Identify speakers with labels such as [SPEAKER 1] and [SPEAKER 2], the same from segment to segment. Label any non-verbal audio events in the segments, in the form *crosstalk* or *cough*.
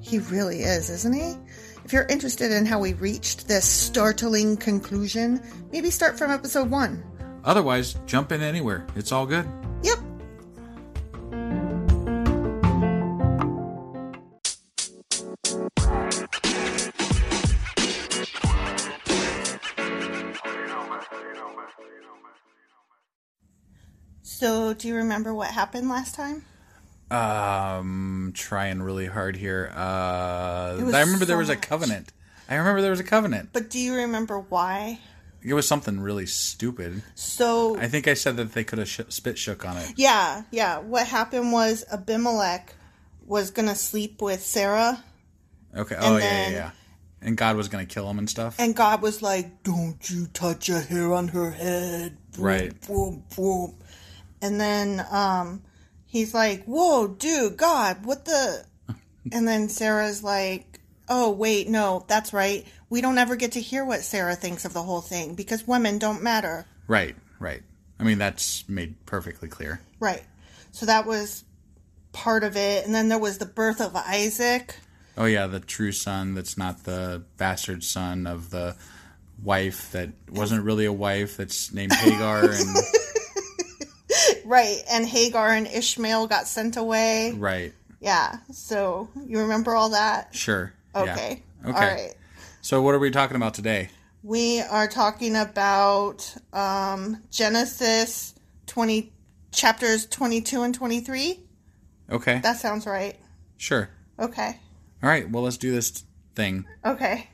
[SPEAKER 1] he really is, isn't he? If you're interested in how we reached this startling conclusion, maybe start from episode one.
[SPEAKER 2] Otherwise, jump in anywhere. It's all good.
[SPEAKER 1] Yep. So, do you remember what happened last time?
[SPEAKER 2] Um, trying really hard here. Uh,
[SPEAKER 1] It was
[SPEAKER 2] I remember there
[SPEAKER 1] so
[SPEAKER 2] was a
[SPEAKER 1] much.
[SPEAKER 2] covenant. I remember there was a covenant.
[SPEAKER 1] But do you remember why?
[SPEAKER 2] It was something really stupid.
[SPEAKER 1] So,
[SPEAKER 2] I think I said that they could have sh- spit shook on it.
[SPEAKER 1] Yeah, yeah. What happened was Abimelech was gonna sleep with Sarah,
[SPEAKER 2] Okay. Oh yeah,
[SPEAKER 1] then-
[SPEAKER 2] yeah, yeah. And God was gonna kill him and stuff.
[SPEAKER 1] and God was like, "Don't you touch a hair on her head." Boom,
[SPEAKER 2] Right.
[SPEAKER 1] Boom, boom. And then um, he's like, "Whoa, dude, God, what the?" and then Sarah's like, "Oh, wait, no, that's right. We don't ever get to hear what Sarah thinks of the whole thing because women don't matter."
[SPEAKER 2] right. Right. I mean, that's made perfectly clear.
[SPEAKER 1] Right. So that was part of it, and then there was the birth of Isaac.
[SPEAKER 2] Oh yeah, the true son that's not the bastard son of the wife that wasn't really a wife that's
[SPEAKER 1] *laughs*
[SPEAKER 2] named Hagar and
[SPEAKER 1] Right, and Hagar and Ishmael got sent away.
[SPEAKER 2] right.
[SPEAKER 1] Yeah, so you remember all that?
[SPEAKER 2] Sure. yeah.
[SPEAKER 1] Okay.
[SPEAKER 2] Okay.
[SPEAKER 1] All right.
[SPEAKER 2] So what are we talking about today?
[SPEAKER 1] We are talking about um, Genesis 20, chapters 22 and 23.
[SPEAKER 3] Okay.
[SPEAKER 1] That sounds right.
[SPEAKER 3] sure.
[SPEAKER 1] Okay.
[SPEAKER 3] All right. Well, let's do this thing.
[SPEAKER 1] Okay.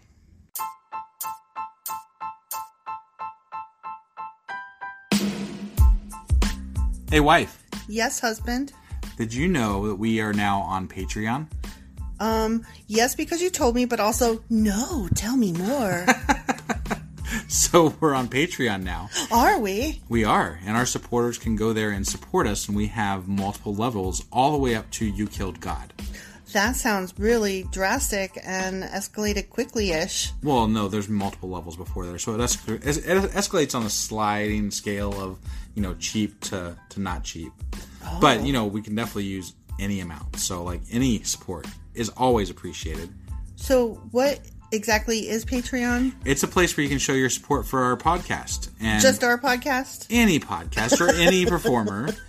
[SPEAKER 3] Hey, wife.
[SPEAKER 1] Yes, husband.
[SPEAKER 3] Did you know that we are now on
[SPEAKER 2] *laughs*
[SPEAKER 3] Patreon?
[SPEAKER 1] Um, yes, because you told me, but also, no, tell
[SPEAKER 2] *laughs*
[SPEAKER 1] me more.
[SPEAKER 3] So we're on Patreon now.
[SPEAKER 1] Are we?
[SPEAKER 3] We are, and our supporters can go there and support us, and we have multiple levels all the way up to You Killed God.
[SPEAKER 1] That sounds really drastic and escalated quickly ish.
[SPEAKER 3] Well, no, there's multiple levels before there, so it, es- it escalates on a sliding scale of you know cheap to to not cheap. But you know we can definitely use any amount, so like any support is always appreciated.
[SPEAKER 1] So, what exactly is Patreon?
[SPEAKER 3] It's a place where you can show your support for our podcast and
[SPEAKER 1] Just our podcast?
[SPEAKER 3] any podcast or any performer.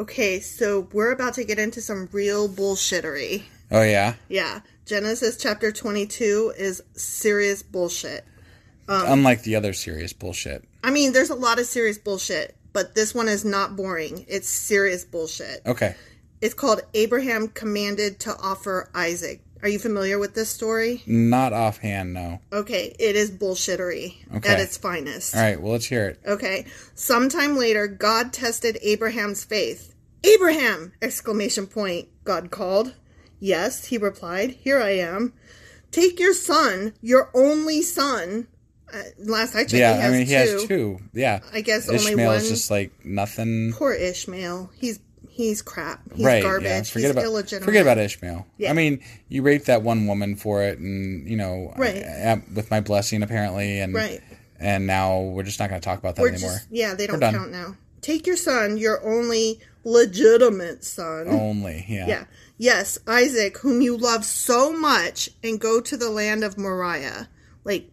[SPEAKER 1] Okay, so we're about to get into some real bullshittery.
[SPEAKER 3] Oh, yeah?
[SPEAKER 1] Yeah. Genesis chapter 22 is serious bullshit. Um,
[SPEAKER 3] Unlike the other serious bullshit.
[SPEAKER 1] I mean, there's a lot of serious bullshit, but this one is not boring. It's serious bullshit.
[SPEAKER 3] Okay.
[SPEAKER 1] It's called Abraham Commanded to Offer Isaac. Are you familiar with this story?
[SPEAKER 3] Not offhand, no.
[SPEAKER 1] Okay, it is bullshittery at
[SPEAKER 3] Okay.
[SPEAKER 1] its finest.
[SPEAKER 3] right, well, let's hear it.
[SPEAKER 1] Okay. Sometime later, God tested Abraham's faith. Abraham! Exclamation point. God called. Yes, he replied. Here I am. Take your son, your only son. Uh, last I checked, he has two.
[SPEAKER 3] two. Yeah.
[SPEAKER 1] I guess only Ishmael is one- just,
[SPEAKER 3] like nothing.
[SPEAKER 1] Poor Ishmael. He's he's crap. He's garbage.
[SPEAKER 3] Forget
[SPEAKER 1] he's
[SPEAKER 3] about
[SPEAKER 1] illegitimate.
[SPEAKER 3] forget about Ishmael.
[SPEAKER 1] Yeah.
[SPEAKER 3] I mean, you raped that one woman for it, and you know,
[SPEAKER 1] Right.
[SPEAKER 3] I-
[SPEAKER 2] uh,
[SPEAKER 3] I- with my blessing apparently, and
[SPEAKER 1] Right.
[SPEAKER 3] and now we're just not going to talk about that
[SPEAKER 1] We're
[SPEAKER 3] anymore.
[SPEAKER 1] just yeah, they
[SPEAKER 3] We're
[SPEAKER 1] don't
[SPEAKER 3] done.
[SPEAKER 1] count now. Take your son, your only legitimate son.
[SPEAKER 3] Only, yeah.
[SPEAKER 1] Yeah. Yes, Isaac, whom you love so much, and go to the land of Moriah, like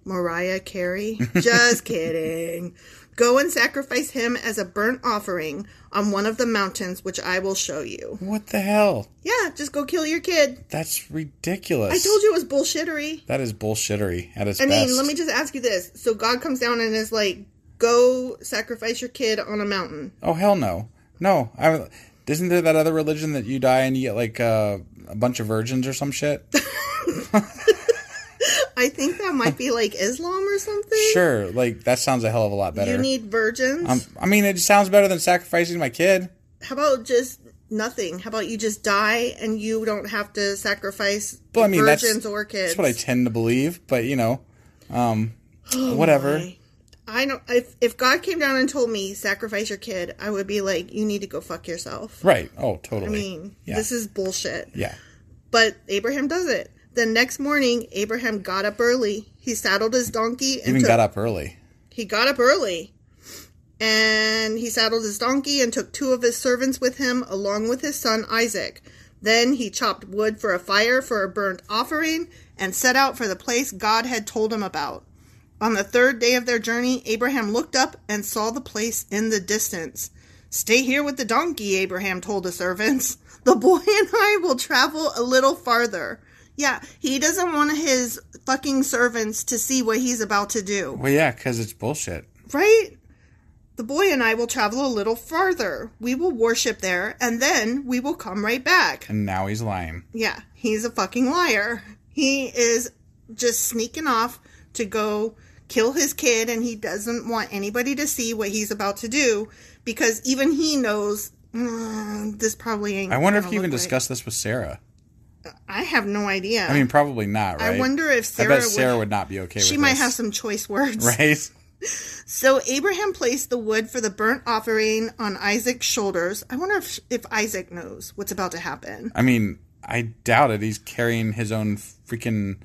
[SPEAKER 2] *laughs*
[SPEAKER 1] Mariah Carey. Just kidding. Go and sacrifice him as a burnt offering on one of the mountains, which I will show you.
[SPEAKER 2] What the hell?
[SPEAKER 1] Yeah, just go kill your kid.
[SPEAKER 2] That's ridiculous.
[SPEAKER 1] I told you it was bullshittery.
[SPEAKER 2] That is bullshittery at its
[SPEAKER 1] I
[SPEAKER 2] best.
[SPEAKER 1] mean, let me just ask you this. So God comes down and is like, go sacrifice your kid on a mountain.
[SPEAKER 2] Oh hell no, no. I isn't there that other religion that you die and you get like uh, a bunch of virgins or some
[SPEAKER 1] *laughs*
[SPEAKER 2] shit?
[SPEAKER 1] I think that might be like Islam or something.
[SPEAKER 2] sure, like that sounds a hell of a lot better.
[SPEAKER 1] You need virgins.
[SPEAKER 2] um, I mean, it sounds better than sacrificing my kid.
[SPEAKER 1] How about just nothing? How about you just die and you don't have to sacrifice
[SPEAKER 2] Well, I mean, that's,
[SPEAKER 1] virgins or kids? Oh,
[SPEAKER 2] that's what I tend to believe, but you know,
[SPEAKER 1] *gasps*
[SPEAKER 2] um, whatever.
[SPEAKER 1] I don't. If if God came down and told me sacrifice your kid, I would be like, you need to go fuck yourself.
[SPEAKER 2] Right. Oh,
[SPEAKER 1] I
[SPEAKER 2] totally.
[SPEAKER 1] mean,
[SPEAKER 2] yeah.
[SPEAKER 1] this is bullshit.
[SPEAKER 2] yeah.
[SPEAKER 1] But Abraham does it. The next morning, Abraham got up early. He saddled his donkey and
[SPEAKER 2] Even
[SPEAKER 1] took,
[SPEAKER 2] got up early.
[SPEAKER 1] He got up early. And he saddled his donkey and took two of his servants with him, along with his son Isaac. Then he chopped wood for a fire for a burnt offering and set out for the place God had told him about. On the third day of their journey, Abraham looked up and saw the place in the distance. Stay here with the donkey, Abraham told the servants. *laughs* The boy and I will travel a little farther. Yeah, he doesn't want his fucking servants to see what he's about to do.
[SPEAKER 2] Well, yeah, because it's bullshit.
[SPEAKER 1] Right? The boy and I will travel a little farther. We will worship there, and then we will come right back.
[SPEAKER 2] And now he's lying.
[SPEAKER 1] Yeah, he's a fucking liar. He is just sneaking off to go kill his kid, and he doesn't want anybody to see what he's about to do because even he knows "Mm, this probably ain't.
[SPEAKER 2] I wonder if
[SPEAKER 1] gonna
[SPEAKER 2] he even
[SPEAKER 1] Oh, look right."
[SPEAKER 2] discussed this with Sarah.
[SPEAKER 1] I have no idea.
[SPEAKER 2] I mean, probably not,
[SPEAKER 1] I
[SPEAKER 2] right?
[SPEAKER 1] wonder if Sarah
[SPEAKER 2] I bet Sarah
[SPEAKER 1] would-
[SPEAKER 2] would, not be okay with
[SPEAKER 1] she might
[SPEAKER 2] this.
[SPEAKER 1] have some choice words.
[SPEAKER 2] *laughs* Right?
[SPEAKER 1] So Abraham placed the wood for the burnt offering on Isaac's shoulders. I wonder if, if Isaac knows what's about to happen.
[SPEAKER 2] I mean, I doubt it. He's carrying his own freaking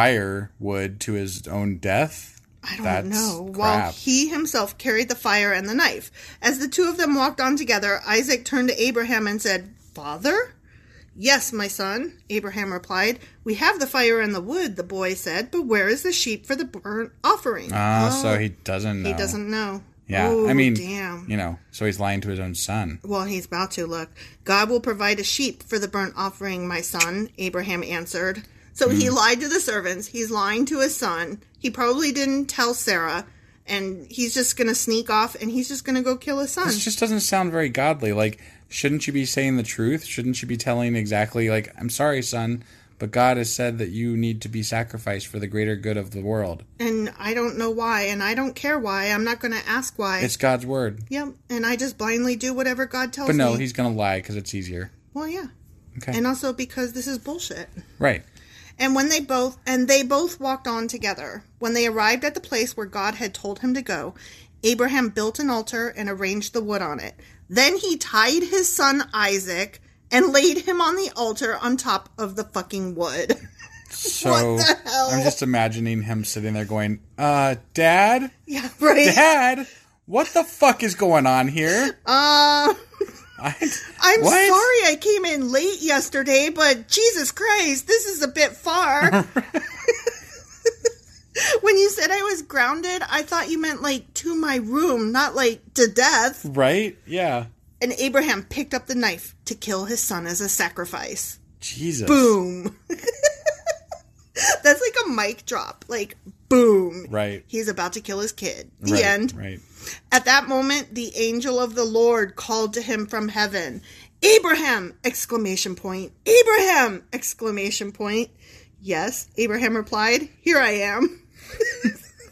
[SPEAKER 2] firewood to his own death.
[SPEAKER 1] I don't
[SPEAKER 2] That's
[SPEAKER 1] know. While
[SPEAKER 2] crap.
[SPEAKER 1] he himself carried the fire and the knife. As the two of them walked on together, Isaac turned to Abraham and said, Father? Yes, my son, Abraham replied. We have the fire and the wood, the boy said, but where is the sheep for the burnt offering?
[SPEAKER 2] Ah,
[SPEAKER 1] Oh,
[SPEAKER 2] so he doesn't know.
[SPEAKER 1] he doesn't know.
[SPEAKER 2] Yeah,
[SPEAKER 1] Oh,
[SPEAKER 2] I mean,
[SPEAKER 1] damn.
[SPEAKER 2] you know, so he's lying to his own son.
[SPEAKER 1] Well, he's about to look. God will provide a sheep for the burnt offering, my son, Abraham answered. So he
[SPEAKER 2] Mm-hmm.
[SPEAKER 1] lied to the servants. He's lying to his son. He probably didn't tell Sarah. And he's just going to sneak off and he's just going to go kill his son.
[SPEAKER 2] This just doesn't sound very godly. Like, shouldn't you be saying the truth? Shouldn't you be telling exactly, like, I'm sorry, son, but God has said that you need to be sacrificed for the greater good of the world?
[SPEAKER 1] and I don't know why. And I don't care why. I'm not going to ask why.
[SPEAKER 2] It's God's word.
[SPEAKER 1] yep. And I just blindly do whatever God tells
[SPEAKER 2] But no,
[SPEAKER 1] me.
[SPEAKER 2] he's going to lie because it's easier.
[SPEAKER 1] Well, yeah.
[SPEAKER 2] Okay.
[SPEAKER 1] And also because this is bullshit.
[SPEAKER 2] Right.
[SPEAKER 1] And when they both and they both walked on together. When they arrived at the place where God had told him to go, Abraham built an altar and arranged the wood on it. Then he tied his son Isaac and laid him on the altar on top of the fucking wood. *laughs*
[SPEAKER 2] So
[SPEAKER 1] the hell?
[SPEAKER 2] I'm just imagining him sitting there going, uh, Dad?
[SPEAKER 1] yeah, right.
[SPEAKER 2] Dad? What the fuck is going on here? I,
[SPEAKER 1] Uh, I'm
[SPEAKER 2] What?
[SPEAKER 1] sorry I came in late yesterday, but Jesus Christ, this is a bit far. *laughs* when you said I was grounded, I thought you meant like to my room, not like to death.
[SPEAKER 2] right? Yeah.
[SPEAKER 1] and Abraham picked up the knife to kill his son as a sacrifice.
[SPEAKER 2] Jesus.
[SPEAKER 1] Boom. *laughs* That's like a mic drop. Like, boom.
[SPEAKER 2] Right.
[SPEAKER 1] He's about to kill his kid. The
[SPEAKER 2] Right,
[SPEAKER 1] end.
[SPEAKER 2] Right.
[SPEAKER 1] At that moment, the angel of the Lord called to him from heaven. Abraham! Exclamation point. Abraham! Exclamation point. Yes, Abraham replied, here I am.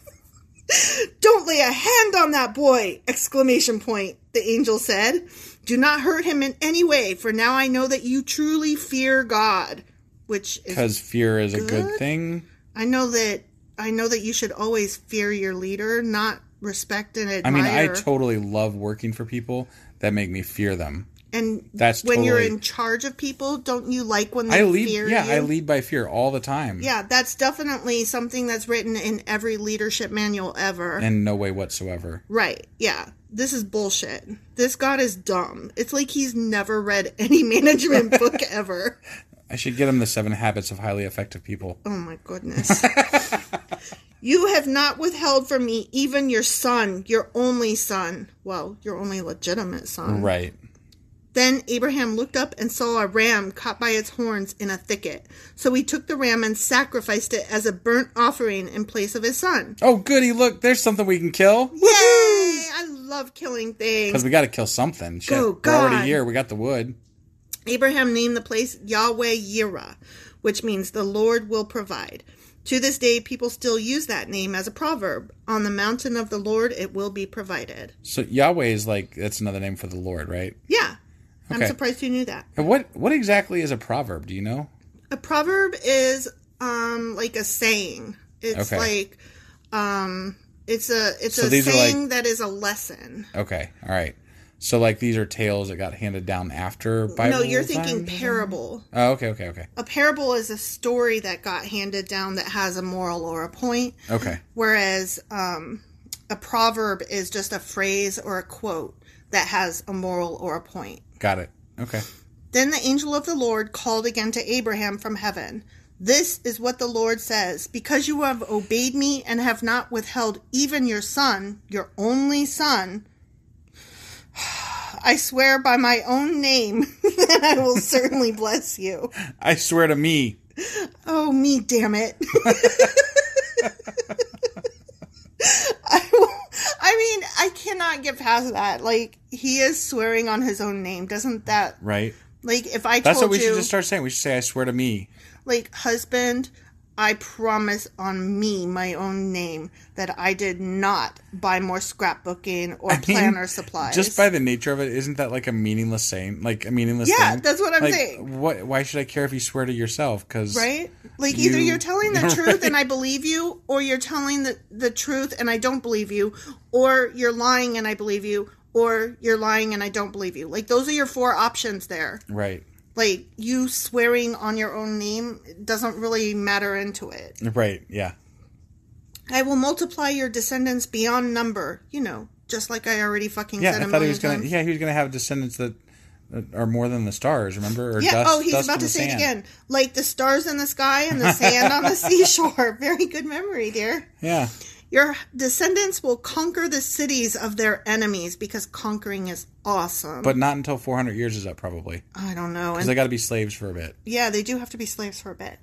[SPEAKER 1] *laughs* Don't lay a hand on that boy! Exclamation point, the angel said. Do not hurt him in any way, for now I know that you truly fear God. Which is,
[SPEAKER 2] Because fear is a good thing.
[SPEAKER 1] I know that, I know that you should always fear your leader, not respect and
[SPEAKER 2] I
[SPEAKER 1] admire.
[SPEAKER 2] mean, I totally love working for people that make me fear them.
[SPEAKER 1] And
[SPEAKER 2] That's
[SPEAKER 1] when you're
[SPEAKER 2] totally-
[SPEAKER 1] in charge of people, don't you like when they
[SPEAKER 2] I lead,
[SPEAKER 1] fear
[SPEAKER 2] yeah,
[SPEAKER 1] you?
[SPEAKER 2] I lead by fear all the time.
[SPEAKER 1] Yeah, that's definitely something that's written in every leadership manual ever.
[SPEAKER 2] In no way whatsoever.
[SPEAKER 1] right? Yeah, this is bullshit. This god is dumb. It's like he's never read any *laughs* management
[SPEAKER 2] *laughs*
[SPEAKER 1] book ever. Mm.
[SPEAKER 2] *laughs* I should get him the seven habits of highly effective people.
[SPEAKER 1] Oh my goodness. You have not withheld from me even your son, your only son. Well, your only legitimate son.
[SPEAKER 2] Right.
[SPEAKER 1] Then Abraham looked up and saw a ram caught by its horns in a thicket. So he took the ram and sacrificed it as a burnt offering in place of his son.
[SPEAKER 2] Oh, goody! Look, there's something we can kill.
[SPEAKER 1] Yay! I love killing things.
[SPEAKER 2] Because we got to kill something. Shit,
[SPEAKER 1] Go
[SPEAKER 2] we're
[SPEAKER 1] God.
[SPEAKER 2] already here. We got the wood.
[SPEAKER 1] Abraham named the place Yahweh Yirah, which means the Lord will provide. To this day, people still use that name as a proverb. On the mountain of the Lord, it will be provided.
[SPEAKER 2] So Yahweh is like that's another name for the Lord, right?
[SPEAKER 1] Yeah. I'm
[SPEAKER 2] Okay.
[SPEAKER 1] surprised you knew that.
[SPEAKER 2] And what what exactly is a proverb? Do you know?
[SPEAKER 1] A proverb is um like a saying. It's
[SPEAKER 2] Okay.
[SPEAKER 1] like um it's a it's
[SPEAKER 2] So
[SPEAKER 1] a
[SPEAKER 2] these are like-
[SPEAKER 1] saying that is a lesson.
[SPEAKER 2] Okay, all right. So like these are tales that got handed down after Bible.
[SPEAKER 1] no, you're thinking
[SPEAKER 2] times?
[SPEAKER 1] parable.
[SPEAKER 2] Oh, okay, okay, okay,
[SPEAKER 1] A parable is a story that got handed down that has a moral or a point.
[SPEAKER 2] okay.
[SPEAKER 1] Whereas um, a proverb is just a phrase or a quote that has a moral or a point.
[SPEAKER 2] Got it. Okay.
[SPEAKER 1] Then the angel of the Lord called again to Abraham from heaven. This is what the Lord says Because you have obeyed me and have not withheld even your son, your only son, *sighs* I swear by my own name *laughs* that I will certainly bless you.
[SPEAKER 2] I swear to me.
[SPEAKER 1] Oh, me, damn it. *laughs* I, will- I mean, I cannot get past that. Like, he is swearing on his own name. Doesn't that,
[SPEAKER 2] Right.
[SPEAKER 1] like, if I
[SPEAKER 2] That's
[SPEAKER 1] told
[SPEAKER 2] what we
[SPEAKER 1] you,
[SPEAKER 2] should just start saying. We should say, "I swear to me."
[SPEAKER 1] like, husband, I promise on me, my own name, that I did not buy more scrapbooking or planner supplies.
[SPEAKER 2] Just by the nature of it, isn't that like a meaningless saying? Like a meaningless.
[SPEAKER 1] Yeah,
[SPEAKER 2] thing?
[SPEAKER 1] that's what I'm
[SPEAKER 2] Like,
[SPEAKER 1] saying.
[SPEAKER 2] What? Why should I care if you swear to yourself? Because
[SPEAKER 1] Right? Like
[SPEAKER 2] You-
[SPEAKER 1] either you're
[SPEAKER 2] *laughs*
[SPEAKER 1] telling the
[SPEAKER 2] Right.
[SPEAKER 1] truth and I believe you, or you're telling the, the truth and I don't believe you, or you're lying and I believe you, or you're lying and I don't believe you. Like those are your four options there.
[SPEAKER 2] Right.
[SPEAKER 1] Like you swearing on your own name doesn't really matter into it.
[SPEAKER 2] Right. Yeah.
[SPEAKER 1] I will multiply your descendants beyond number, you know, just like I already fucking
[SPEAKER 2] Yeah.
[SPEAKER 1] said
[SPEAKER 2] I
[SPEAKER 1] a
[SPEAKER 2] thought he
[SPEAKER 1] million
[SPEAKER 2] was gonna.
[SPEAKER 1] times.
[SPEAKER 2] Yeah, he was gonna have descendants that, that are more than the stars. Remember? Or
[SPEAKER 1] Yeah,
[SPEAKER 2] Dust,
[SPEAKER 1] oh, he's
[SPEAKER 2] dust
[SPEAKER 1] about
[SPEAKER 2] in
[SPEAKER 1] to
[SPEAKER 2] the
[SPEAKER 1] say it
[SPEAKER 2] sand.
[SPEAKER 1] again. Like the stars in the sky
[SPEAKER 2] *laughs*
[SPEAKER 1] and the sand on the seashore. *laughs* Very good memory, dear.
[SPEAKER 2] Yeah.
[SPEAKER 1] Your descendants will conquer the cities of their enemies because conquering is awesome.
[SPEAKER 2] But not until 400 years is up, probably.
[SPEAKER 1] I don't know.
[SPEAKER 2] Because
[SPEAKER 1] And
[SPEAKER 2] they got to be slaves for a bit.
[SPEAKER 1] yeah, they do have to be slaves for a bit.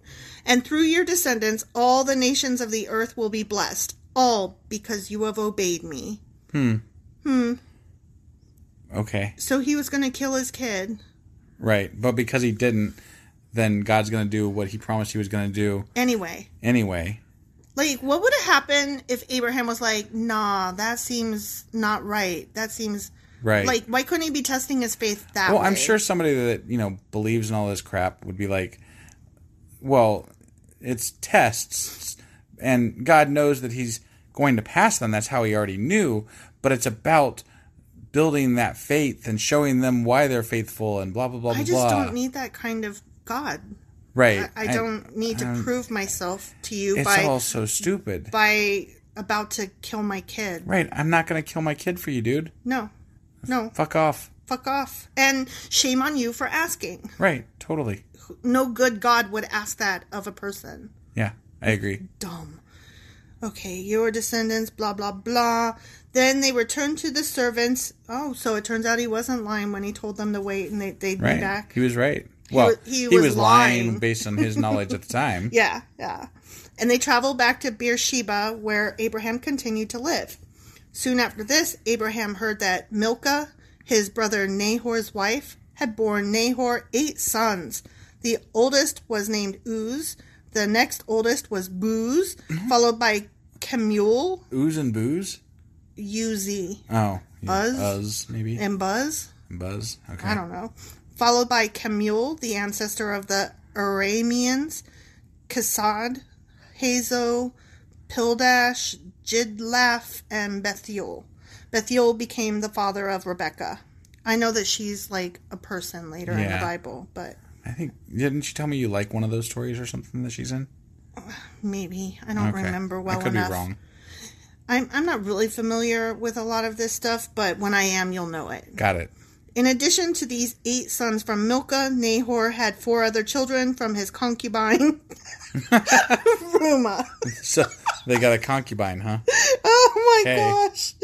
[SPEAKER 1] And through your descendants, all the nations of the earth will be blessed, all because you have obeyed me.
[SPEAKER 2] Hmm.
[SPEAKER 1] Hmm.
[SPEAKER 2] Okay.
[SPEAKER 1] So he was going to kill his kid,
[SPEAKER 2] Right. But because he didn't, then God's going to do what he promised he was going to do
[SPEAKER 1] anyway.
[SPEAKER 2] anyway.
[SPEAKER 1] Like, what would have happened if Abraham was like, "Nah, that seems not right. That seems
[SPEAKER 2] Right.
[SPEAKER 1] Like, why couldn't he be testing his faith that
[SPEAKER 2] Well,
[SPEAKER 1] way?
[SPEAKER 2] I'm sure somebody that, you know, believes in all this crap would be like, well, it's tests. And God knows that he's going to pass them. That's how he already knew. But it's about building that faith and showing them why they're faithful and blah, blah, blah,
[SPEAKER 1] I
[SPEAKER 2] blah,
[SPEAKER 1] just
[SPEAKER 2] blah.
[SPEAKER 1] don't need that kind of God.
[SPEAKER 2] right.
[SPEAKER 1] I, I don't need to
[SPEAKER 2] um,
[SPEAKER 1] prove myself to you
[SPEAKER 2] It's
[SPEAKER 1] by
[SPEAKER 2] all so stupid.
[SPEAKER 1] by about to kill my kid.
[SPEAKER 2] Right, I'm not gonna kill my kid for you, dude.
[SPEAKER 1] No, no,
[SPEAKER 2] Fuck off.
[SPEAKER 1] fuck off, and shame on you for asking.
[SPEAKER 2] Right, totally.
[SPEAKER 1] No good God would ask that of a person.
[SPEAKER 2] Yeah, I agree.
[SPEAKER 1] dumb. Okay, your descendants, blah, blah, blah. Then they returned to the servants. Oh, so it turns out he wasn't lying when he told them to wait and they, they'd
[SPEAKER 2] Right,
[SPEAKER 1] be back.
[SPEAKER 2] he was right. Well,
[SPEAKER 1] wa-
[SPEAKER 2] he,
[SPEAKER 1] he was
[SPEAKER 2] was, lying.
[SPEAKER 1] lying.
[SPEAKER 2] based on his knowledge at the time.
[SPEAKER 1] Yeah, yeah. And they traveled back to Beersheba, where Abraham continued to live. Soon after this, Abraham heard that Milcah, his brother Nahor's wife, had borne Nahor eight sons. The oldest was named Uz, the next oldest was Booz,
[SPEAKER 2] Mm-hmm.
[SPEAKER 1] followed by Kemuel,
[SPEAKER 2] Ooze and booze.
[SPEAKER 1] Uz,
[SPEAKER 2] Oh, yeah.
[SPEAKER 1] Buzz?
[SPEAKER 2] Uzz, maybe
[SPEAKER 1] and Buzz.
[SPEAKER 2] Buzz. Okay,
[SPEAKER 1] I don't know. Followed by Camule, the ancestor of the Arameans, Kasad, Hazo, Pildash, Jidlaf, and Bethuel. Bethuel became the father of Rebecca. I know that she's like a person later in the
[SPEAKER 2] Yeah.
[SPEAKER 1] Bible, but
[SPEAKER 2] I think didn't you tell me you like one of those stories or something that she's in?
[SPEAKER 1] maybe I don't
[SPEAKER 2] Okay.
[SPEAKER 1] remember well
[SPEAKER 2] I could
[SPEAKER 1] enough.
[SPEAKER 2] be wrong.
[SPEAKER 1] I'm I'm not really familiar with a lot of this stuff, but when I am, you'll know it.
[SPEAKER 2] Got it. *laughs*
[SPEAKER 1] In addition to these eight sons from Milcah, Nahor had four other children from his concubine, *laughs* Ruma.
[SPEAKER 2] So They got a concubine, huh?
[SPEAKER 1] Oh my
[SPEAKER 2] Hey.
[SPEAKER 1] gosh.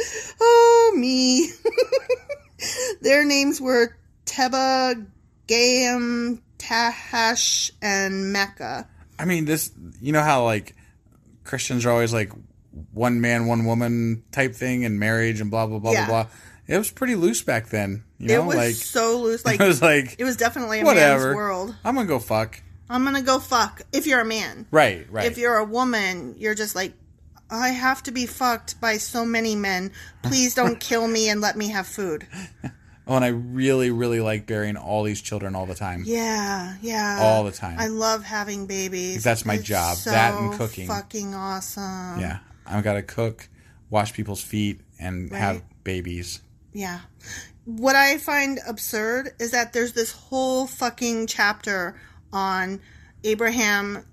[SPEAKER 1] Oh me. *laughs* Their names were Teba, Gam, Tahash, and Mecca.
[SPEAKER 2] I mean, this. You know how like Christians are always like one man, one woman type thing, and marriage and blah blah blah
[SPEAKER 1] Yeah.
[SPEAKER 2] blah blah. It was pretty loose back then. You
[SPEAKER 1] it
[SPEAKER 2] know,
[SPEAKER 1] was
[SPEAKER 2] like *laughs*
[SPEAKER 1] so loose. Like
[SPEAKER 2] it was like
[SPEAKER 1] it was definitely a
[SPEAKER 2] whatever.
[SPEAKER 1] man's world.
[SPEAKER 2] I'm gonna go fuck.
[SPEAKER 1] I'm gonna go fuck if you're a man.
[SPEAKER 2] Right, right.
[SPEAKER 1] If you're a woman, you're just like, I have to be fucked by so many men.
[SPEAKER 2] *laughs*
[SPEAKER 1] Please don't kill me and let me have food.
[SPEAKER 2] Oh, and I really, really like burying all these children all the time.
[SPEAKER 1] Yeah, yeah.
[SPEAKER 2] All the time.
[SPEAKER 1] I love having babies.
[SPEAKER 2] That's my
[SPEAKER 1] It's
[SPEAKER 2] job.
[SPEAKER 1] so
[SPEAKER 2] That and cooking.
[SPEAKER 1] Fucking awesome.
[SPEAKER 2] Yeah. I've got to cook, wash people's feet, and have babies.
[SPEAKER 1] Yeah. What I find absurd is that there's this whole fucking chapter on Abraham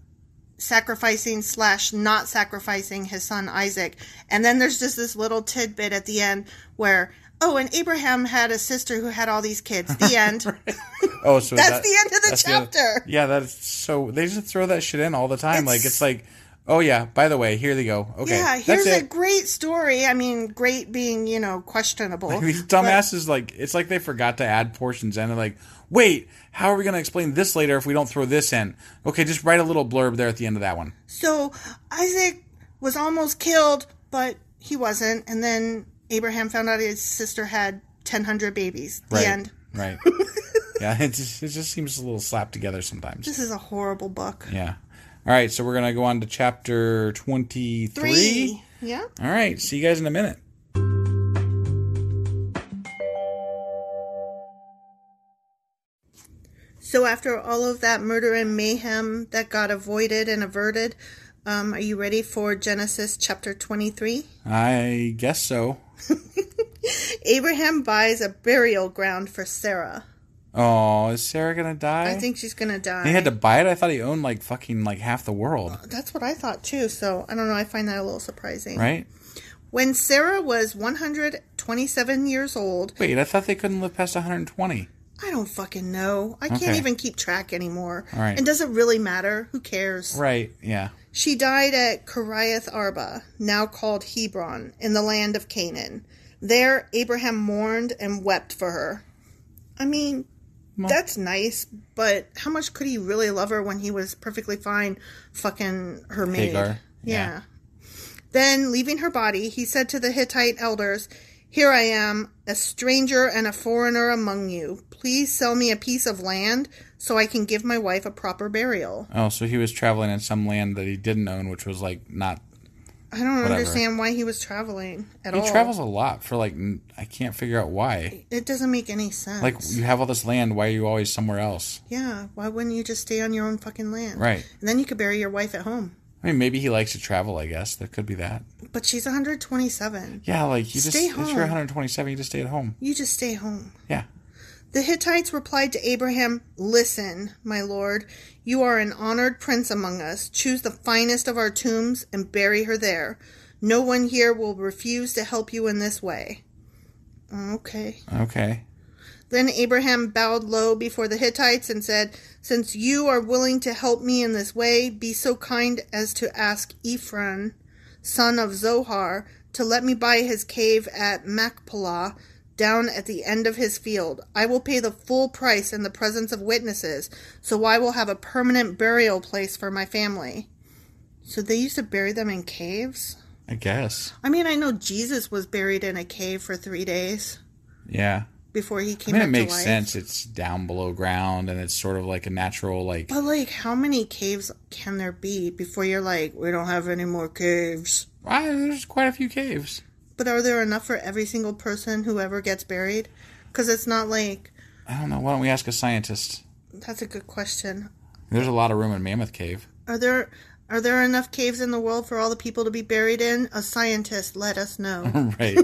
[SPEAKER 1] sacrificing slash not sacrificing his son Isaac. And then there's just this little tidbit at the end where, oh, and Abraham had a sister who had all these kids.
[SPEAKER 2] *laughs*
[SPEAKER 1] The end. *laughs*
[SPEAKER 2] Oh, so
[SPEAKER 1] That's
[SPEAKER 2] that-
[SPEAKER 1] the end of the
[SPEAKER 2] that's
[SPEAKER 1] chapter.
[SPEAKER 2] yeah, that's so. They just throw that shit in all the time. like it's like, oh yeah. By the way, here they go. Okay,
[SPEAKER 1] yeah,
[SPEAKER 2] that's
[SPEAKER 1] here's a
[SPEAKER 2] it.
[SPEAKER 1] great story. I mean, great being, you know, questionable.
[SPEAKER 2] These
[SPEAKER 1] but-
[SPEAKER 2] dumbasses like it's like they forgot to add portions in. They're like, wait, how are we gonna explain this later if we don't throw this in? Okay, just write a little blurb there at the end of that one.
[SPEAKER 1] So Isaac was almost killed, but he wasn't. And then Abraham found out his sister had 1,000 babies. The
[SPEAKER 2] Right.
[SPEAKER 1] end. *laughs*
[SPEAKER 2] Right. yeah, it just, it just seems a little slapped together sometimes.
[SPEAKER 1] This is a horrible book.
[SPEAKER 2] Yeah. All right, so we're going to go on to chapter 23.
[SPEAKER 1] Three. Yeah.
[SPEAKER 2] All right, see you guys in a minute.
[SPEAKER 1] So after all of that murder and mayhem that got avoided and averted, um, are you ready for Genesis chapter 23?
[SPEAKER 2] I guess so.
[SPEAKER 1] Abraham buys a burial ground for Sarah.
[SPEAKER 2] Oh, is Sarah going to die?
[SPEAKER 1] I Uh, think she's going to die.
[SPEAKER 2] he had to buy it. I thought he owned like fucking like half the world,
[SPEAKER 1] That's what I thought too. So I don't know. I find that a little surprising.
[SPEAKER 2] right?
[SPEAKER 1] When Sarah was 127 years old,
[SPEAKER 2] Wait, I thought they couldn't live past 120.
[SPEAKER 1] I don't fucking know. I can't
[SPEAKER 2] Okay.
[SPEAKER 1] even keep track anymore.
[SPEAKER 2] All right.
[SPEAKER 1] And does it really matter? Who cares?
[SPEAKER 2] Right, yeah.
[SPEAKER 1] She died at Kiriath Arba, now called Hebron, in the land of Canaan. There, Abraham mourned and wept for her. I mean, that's nice, but how much could he really love her when he was perfectly fine fucking her maid?
[SPEAKER 2] Hagar, yeah.
[SPEAKER 1] yeah. Then, leaving her body, he said to the Hittite elders, Here I am, a stranger and a foreigner among you. Please sell me a piece of land so I can give my wife a proper burial.
[SPEAKER 2] Oh, so he was traveling in some land that he didn't own, which was like not.
[SPEAKER 1] I don't
[SPEAKER 2] Whatever.
[SPEAKER 1] understand why he was traveling at
[SPEAKER 2] He
[SPEAKER 1] all.
[SPEAKER 2] travels a lot for like n- I can't figure out why.
[SPEAKER 1] It doesn't make any sense.
[SPEAKER 2] Like you have all this land, why are you always somewhere else?
[SPEAKER 1] yeah, why wouldn't you just stay on your own fucking land?
[SPEAKER 2] Right.
[SPEAKER 1] And then you could bury your wife at home.
[SPEAKER 2] I mean, maybe he likes to travel. I guess there could be that.
[SPEAKER 1] But she's 127.
[SPEAKER 2] Yeah, like you
[SPEAKER 1] Stay
[SPEAKER 2] just if
[SPEAKER 1] home.
[SPEAKER 2] you're 127, you just stay at home.
[SPEAKER 1] You just stay home.
[SPEAKER 2] Yeah.
[SPEAKER 1] The Hittites replied to Abraham, Listen, my lord, you are an honored prince among us. Choose the finest of our tombs and bury her there. No one here will refuse to help you in this way. Okay.
[SPEAKER 2] Okay.
[SPEAKER 1] Then Abraham bowed low before the Hittites and said, Since you are willing to help me in this way, be so kind as to ask Ephron, son of Zohar, to let me buy his cave at Machpelah, down at the end of his field. I will pay the full price in the presence of witnesses, so I will have a permanent burial place for my family. So they used to bury them in caves?
[SPEAKER 2] I guess.
[SPEAKER 1] I mean, I know Jesus was buried in a cave for three days
[SPEAKER 2] Yeah.
[SPEAKER 1] before he
[SPEAKER 2] I
[SPEAKER 1] came
[SPEAKER 2] mean,
[SPEAKER 1] back
[SPEAKER 2] it makes
[SPEAKER 1] to life.
[SPEAKER 2] sense. It's down below ground, and it's sort of like a natural, like
[SPEAKER 1] But like, how many caves can there be before you're like, we don't have any more caves?
[SPEAKER 2] ah, there's quite a few caves.
[SPEAKER 1] But are there enough for every single person who ever gets buried? Because it's not like
[SPEAKER 2] I don't know. Why don't we ask a scientist?
[SPEAKER 1] that's a good question.
[SPEAKER 2] There's a lot of room in Mammoth Cave. *laughs*
[SPEAKER 1] Are there are there enough caves in the world for all the people to be buried in? A scientist, let us know. *laughs*
[SPEAKER 2] right.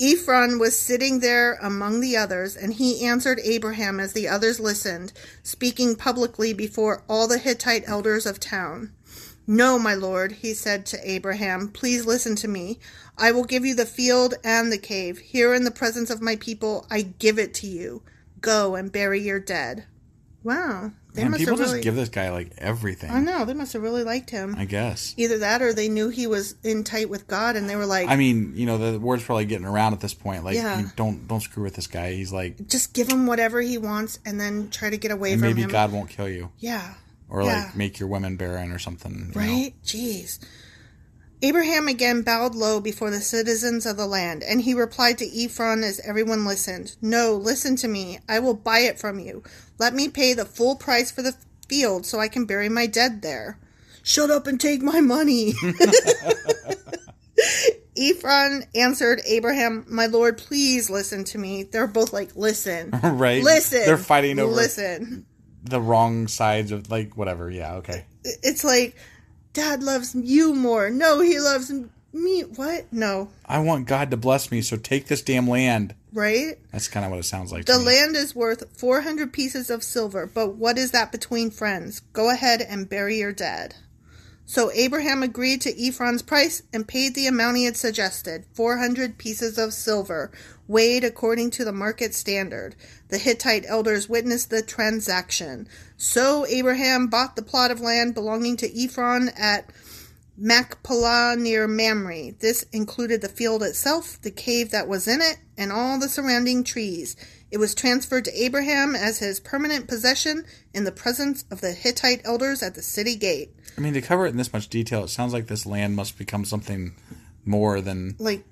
[SPEAKER 1] Ephron was sitting there among the others, and he answered Abraham as the others listened, speaking publicly before all the Hittite elders of town. No, my lord, he said to Abraham, please listen to me. I will give you the field and the cave. Here in the presence of my people, I give it to you. Go and bury your dead. Wow, They
[SPEAKER 2] Man,
[SPEAKER 1] must
[SPEAKER 2] people
[SPEAKER 1] have
[SPEAKER 2] just
[SPEAKER 1] really-
[SPEAKER 2] give this guy like everything.
[SPEAKER 1] I know they must have really liked him.
[SPEAKER 2] I guess.
[SPEAKER 1] Either that, or they knew he was in tight with God, and they were like,
[SPEAKER 2] I mean, you know, the word's probably getting around at this point. Like,
[SPEAKER 1] Yeah.
[SPEAKER 2] you don't don't screw with this guy. He's like,
[SPEAKER 1] just give him whatever he wants, and then try to get away
[SPEAKER 2] and
[SPEAKER 1] from
[SPEAKER 2] maybe
[SPEAKER 1] him.
[SPEAKER 2] God won't kill you,
[SPEAKER 1] Yeah.
[SPEAKER 2] or
[SPEAKER 1] Yeah.
[SPEAKER 2] like make your women barren or something. you know?
[SPEAKER 1] Right? Jeez. Abraham again bowed low before the citizens of the land, and he replied to Ephron as everyone listened No, listen to me. I will buy it from you. Let me pay the full price for the field so I can bury my dead there. Shut up and take my money. *laughs* Ephron answered Abraham, My lord, please listen to me. They're both like, Listen.
[SPEAKER 2] *laughs* Right.
[SPEAKER 1] Listen.
[SPEAKER 2] They're fighting over-
[SPEAKER 1] Listen.
[SPEAKER 2] The wrong sides of like whatever. Yeah. Okay.
[SPEAKER 1] it's like dad loves you more no he loves me what no
[SPEAKER 2] I want God to bless me, so take this damn land.
[SPEAKER 1] right
[SPEAKER 2] That's kind of what it sounds like.
[SPEAKER 1] the
[SPEAKER 2] to me.
[SPEAKER 1] land is worth 400 pieces of silver but what is that between friends go ahead and bury your dead so abraham agreed to ephron's price and paid the amount he had suggested 400 pieces of silver weighed according to the market standard the hittite elders witnessed the transaction so abraham bought the plot of land belonging to ephron at Machpelah near Mamre. This included the field itself, the cave that was in it, and all the surrounding trees. It was transferred to Abraham as his permanent possession in the presence of the Hittite elders at the city gate.
[SPEAKER 2] I mean, to cover it in this much detail, it sounds like this land must become something more than.
[SPEAKER 1] Like,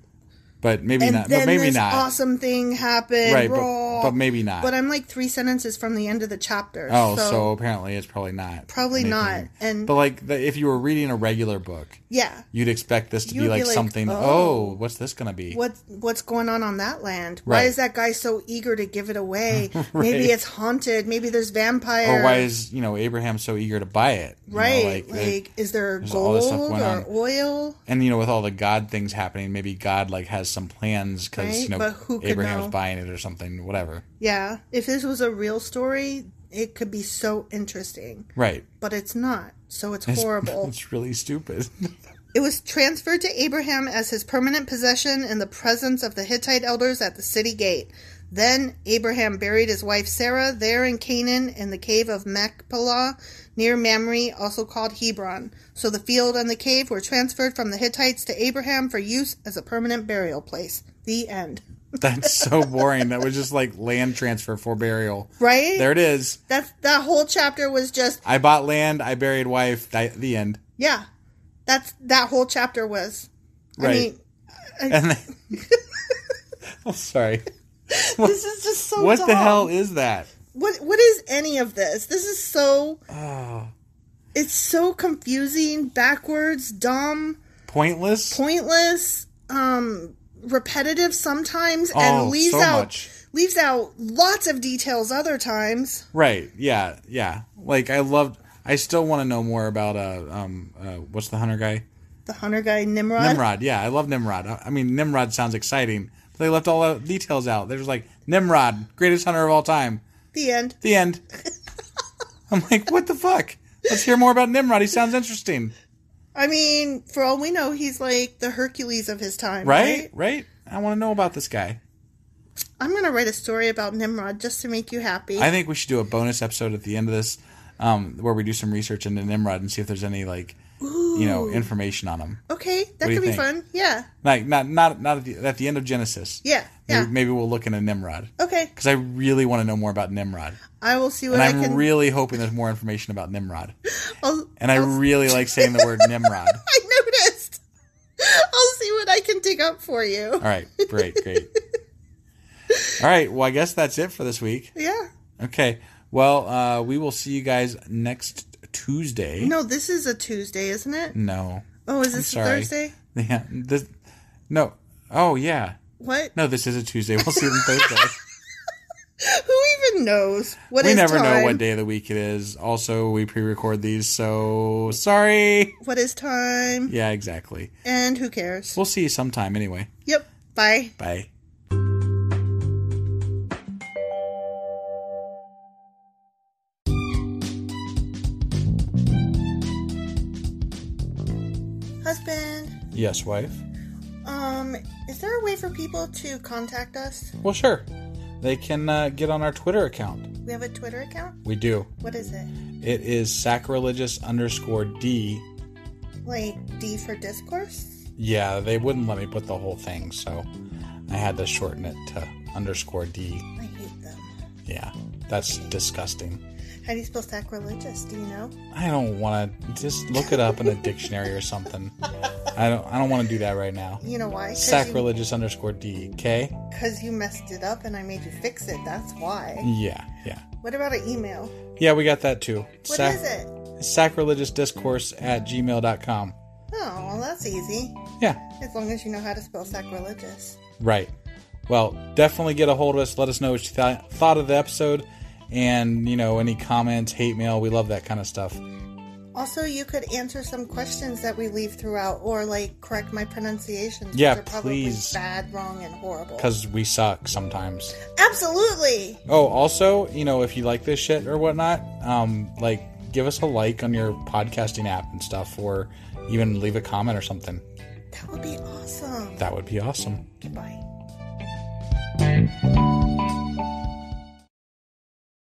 [SPEAKER 2] But maybe
[SPEAKER 1] and
[SPEAKER 2] not.
[SPEAKER 1] then
[SPEAKER 2] But maybe
[SPEAKER 1] this
[SPEAKER 2] not.
[SPEAKER 1] awesome thing happened.
[SPEAKER 2] Right, but-
[SPEAKER 1] raw.
[SPEAKER 2] but maybe not.
[SPEAKER 1] But I'm like three sentences from the end of the chapter.
[SPEAKER 2] Oh, so, apparently it's probably not.
[SPEAKER 1] Probably not, and-
[SPEAKER 2] but like the, if you were reading a regular book,
[SPEAKER 1] yeah.
[SPEAKER 2] you'd expect this to
[SPEAKER 1] You'd
[SPEAKER 2] be like,
[SPEAKER 1] be like,
[SPEAKER 2] something.
[SPEAKER 1] "Oh."
[SPEAKER 2] Oh, what's this gonna be?
[SPEAKER 1] What what's going on on that land? Why
[SPEAKER 2] Right.
[SPEAKER 1] is that guy so eager to give
[SPEAKER 2] *laughs*
[SPEAKER 1] it away?
[SPEAKER 2] Right.
[SPEAKER 1] Maybe it's haunted. Maybe there's vampires.
[SPEAKER 2] Or why is you know Abraham so eager to buy it? You know,
[SPEAKER 1] Right.
[SPEAKER 2] like,
[SPEAKER 1] like,
[SPEAKER 2] they-
[SPEAKER 1] is there
[SPEAKER 2] there's all
[SPEAKER 1] gold
[SPEAKER 2] this
[SPEAKER 1] or
[SPEAKER 2] stuff going on.
[SPEAKER 1] oil?
[SPEAKER 2] and you know with all the God things happening, maybe God like has some plans because
[SPEAKER 1] Right,
[SPEAKER 2] you know
[SPEAKER 1] but who could
[SPEAKER 2] Abraham's
[SPEAKER 1] know?
[SPEAKER 2] buying it or something, whatever.
[SPEAKER 1] Yeah. If this was a real story, it could be so interesting,
[SPEAKER 2] Right.
[SPEAKER 1] but it's not. So it's horrible.
[SPEAKER 2] *laughs* It's really stupid.
[SPEAKER 1] It was transferred to Abraham as his permanent possession in the presence of the Hittite elders at the city gate. Then Abraham buried his wife Sarah there in Canaan in the cave of Machpelah near Mamre, also called Hebron. So the field and the cave were transferred from the Hittites to Abraham for use as a permanent burial place. The end.
[SPEAKER 2] That's so boring. That was just like land transfer for burial.
[SPEAKER 1] Right?
[SPEAKER 2] There it is.
[SPEAKER 1] That's that whole chapter was just
[SPEAKER 2] I bought land. I buried wife. Di- the end.
[SPEAKER 1] yeah. That's that whole chapter was. I
[SPEAKER 2] Right. *laughs*
[SPEAKER 1] mean,
[SPEAKER 2] And then, *laughs* I'm sorry.
[SPEAKER 1] this is just so.
[SPEAKER 2] What the
[SPEAKER 1] dumb.
[SPEAKER 2] hell is that?
[SPEAKER 1] What what is any of this? This is so
[SPEAKER 2] Ah.
[SPEAKER 1] it's so confusing, backwards, dumb,
[SPEAKER 2] Pointless.
[SPEAKER 1] pointless, um repetitive sometimes
[SPEAKER 2] Oh,
[SPEAKER 1] and leaves
[SPEAKER 2] so
[SPEAKER 1] out
[SPEAKER 2] much.
[SPEAKER 1] leaves out lots of details other times.
[SPEAKER 2] Right. Yeah. Yeah. Like I loved. I still want to know more about uh um uh what's the hunter guy
[SPEAKER 1] The hunter guy Nimrod.
[SPEAKER 2] Nimrod. Yeah, I love Nimrod. I I mean Nimrod sounds exciting. But they left all the details out. They're just like Nimrod, greatest hunter of all time.
[SPEAKER 1] The end.
[SPEAKER 2] The end.
[SPEAKER 1] *laughs*
[SPEAKER 2] I'm like, what the fuck? Let's hear more about Nimrod. He sounds interesting.
[SPEAKER 1] I mean, for all we know, he's like the Hercules of his time,
[SPEAKER 2] Right.
[SPEAKER 1] right?
[SPEAKER 2] Right. I want to know about this guy.
[SPEAKER 1] I'm gonna write a story about Nimrod just to make you happy.
[SPEAKER 2] I think we should do a bonus episode at the end of this, um, where we do some research into Nimrod and see if there's any like, you know, information on him.
[SPEAKER 1] okay,
[SPEAKER 2] What
[SPEAKER 1] that
[SPEAKER 2] do you
[SPEAKER 1] could be
[SPEAKER 2] think?
[SPEAKER 1] fun. Yeah.
[SPEAKER 2] Like not not not at the, at the end of Genesis.
[SPEAKER 1] Yeah. Yeah.
[SPEAKER 2] Maybe, maybe we'll look into Nimrod
[SPEAKER 1] Okay.
[SPEAKER 2] because I really want to know more about Nimrod,
[SPEAKER 1] I will see what
[SPEAKER 2] and
[SPEAKER 1] I
[SPEAKER 2] I'm
[SPEAKER 1] can
[SPEAKER 2] really hoping there's more information about Nimrod.
[SPEAKER 1] *laughs* I'll-
[SPEAKER 2] And I really like saying the word Nimrod.
[SPEAKER 1] I noticed. *laughs* I'll see what I can dig up for you.
[SPEAKER 2] All right, great,
[SPEAKER 1] *laughs*
[SPEAKER 2] great. All right, well, I guess that's it for this week.
[SPEAKER 1] Yeah.
[SPEAKER 2] Okay, well, uh, we will see you guys next Tuesday.
[SPEAKER 1] No, this is a Tuesday, isn't it?
[SPEAKER 2] no. *laughs*
[SPEAKER 1] Oh, is this a
[SPEAKER 2] Mm. sorry.
[SPEAKER 1] Thursday?
[SPEAKER 2] Yeah. This, no. Oh yeah.
[SPEAKER 1] What?
[SPEAKER 2] No, this is a Tuesday. We'll see you on Thursday.
[SPEAKER 1] *laughs* Who even knows? What
[SPEAKER 2] we
[SPEAKER 1] is
[SPEAKER 2] never
[SPEAKER 1] time?
[SPEAKER 2] know what day of the week it is. Also, we pre-record these, so sorry. *laughs*
[SPEAKER 1] What is time?
[SPEAKER 2] Yeah, exactly.
[SPEAKER 1] And who cares?
[SPEAKER 2] We'll see you sometime anyway.
[SPEAKER 1] Yep. Bye.
[SPEAKER 2] Bye.
[SPEAKER 1] Husband,
[SPEAKER 2] Yes, wife.
[SPEAKER 1] um, is there a way for people to contact us?
[SPEAKER 2] Well, sure. They can uh, get on our Twitter account.
[SPEAKER 1] We have a Twitter account?
[SPEAKER 2] We do.
[SPEAKER 1] What is it?
[SPEAKER 2] It is sacrilegious underscore D.
[SPEAKER 1] Like D for discourse?
[SPEAKER 2] Yeah, they wouldn't let me put the whole thing, so I had to shorten it to underscore D.
[SPEAKER 1] I hate them.
[SPEAKER 2] Yeah, that's disgusting.
[SPEAKER 1] How do you spell sacrilegious? Do you know?
[SPEAKER 2] I don't want to just look it up in a dictionary or something. I don't. I don't want to do that right now.
[SPEAKER 1] You know why? 'Cause you-
[SPEAKER 2] Sacrilegious underscore D. Okay.
[SPEAKER 1] Because you messed it up and I made you fix it. That's why.
[SPEAKER 2] Yeah. Yeah.
[SPEAKER 1] What about an email?
[SPEAKER 2] Yeah, we got that too.
[SPEAKER 1] What is
[SPEAKER 2] it? Sacrilegious discourse at gmail.com.
[SPEAKER 1] Oh, well, that's easy.
[SPEAKER 2] Yeah.
[SPEAKER 1] As long as you know how to spell sacrilegious.
[SPEAKER 2] Right. Well, definitely get a hold of us. Let us know what you th- thought of the episode and, you know, any comments, hate mail. We love that kind of stuff.
[SPEAKER 1] Also, you could answer some questions that we leave throughout or like correct my pronunciations.
[SPEAKER 2] Yeah,
[SPEAKER 1] which are probably
[SPEAKER 2] please.
[SPEAKER 1] Bad, wrong, and horrible.
[SPEAKER 2] Because we suck sometimes.
[SPEAKER 1] Absolutely.
[SPEAKER 2] Oh, also, you know, if you like this shit or whatnot, um, like, give us a like on your podcasting app and stuff, or even leave a comment or something.
[SPEAKER 1] That would be awesome.
[SPEAKER 2] That would be awesome.
[SPEAKER 1] Goodbye.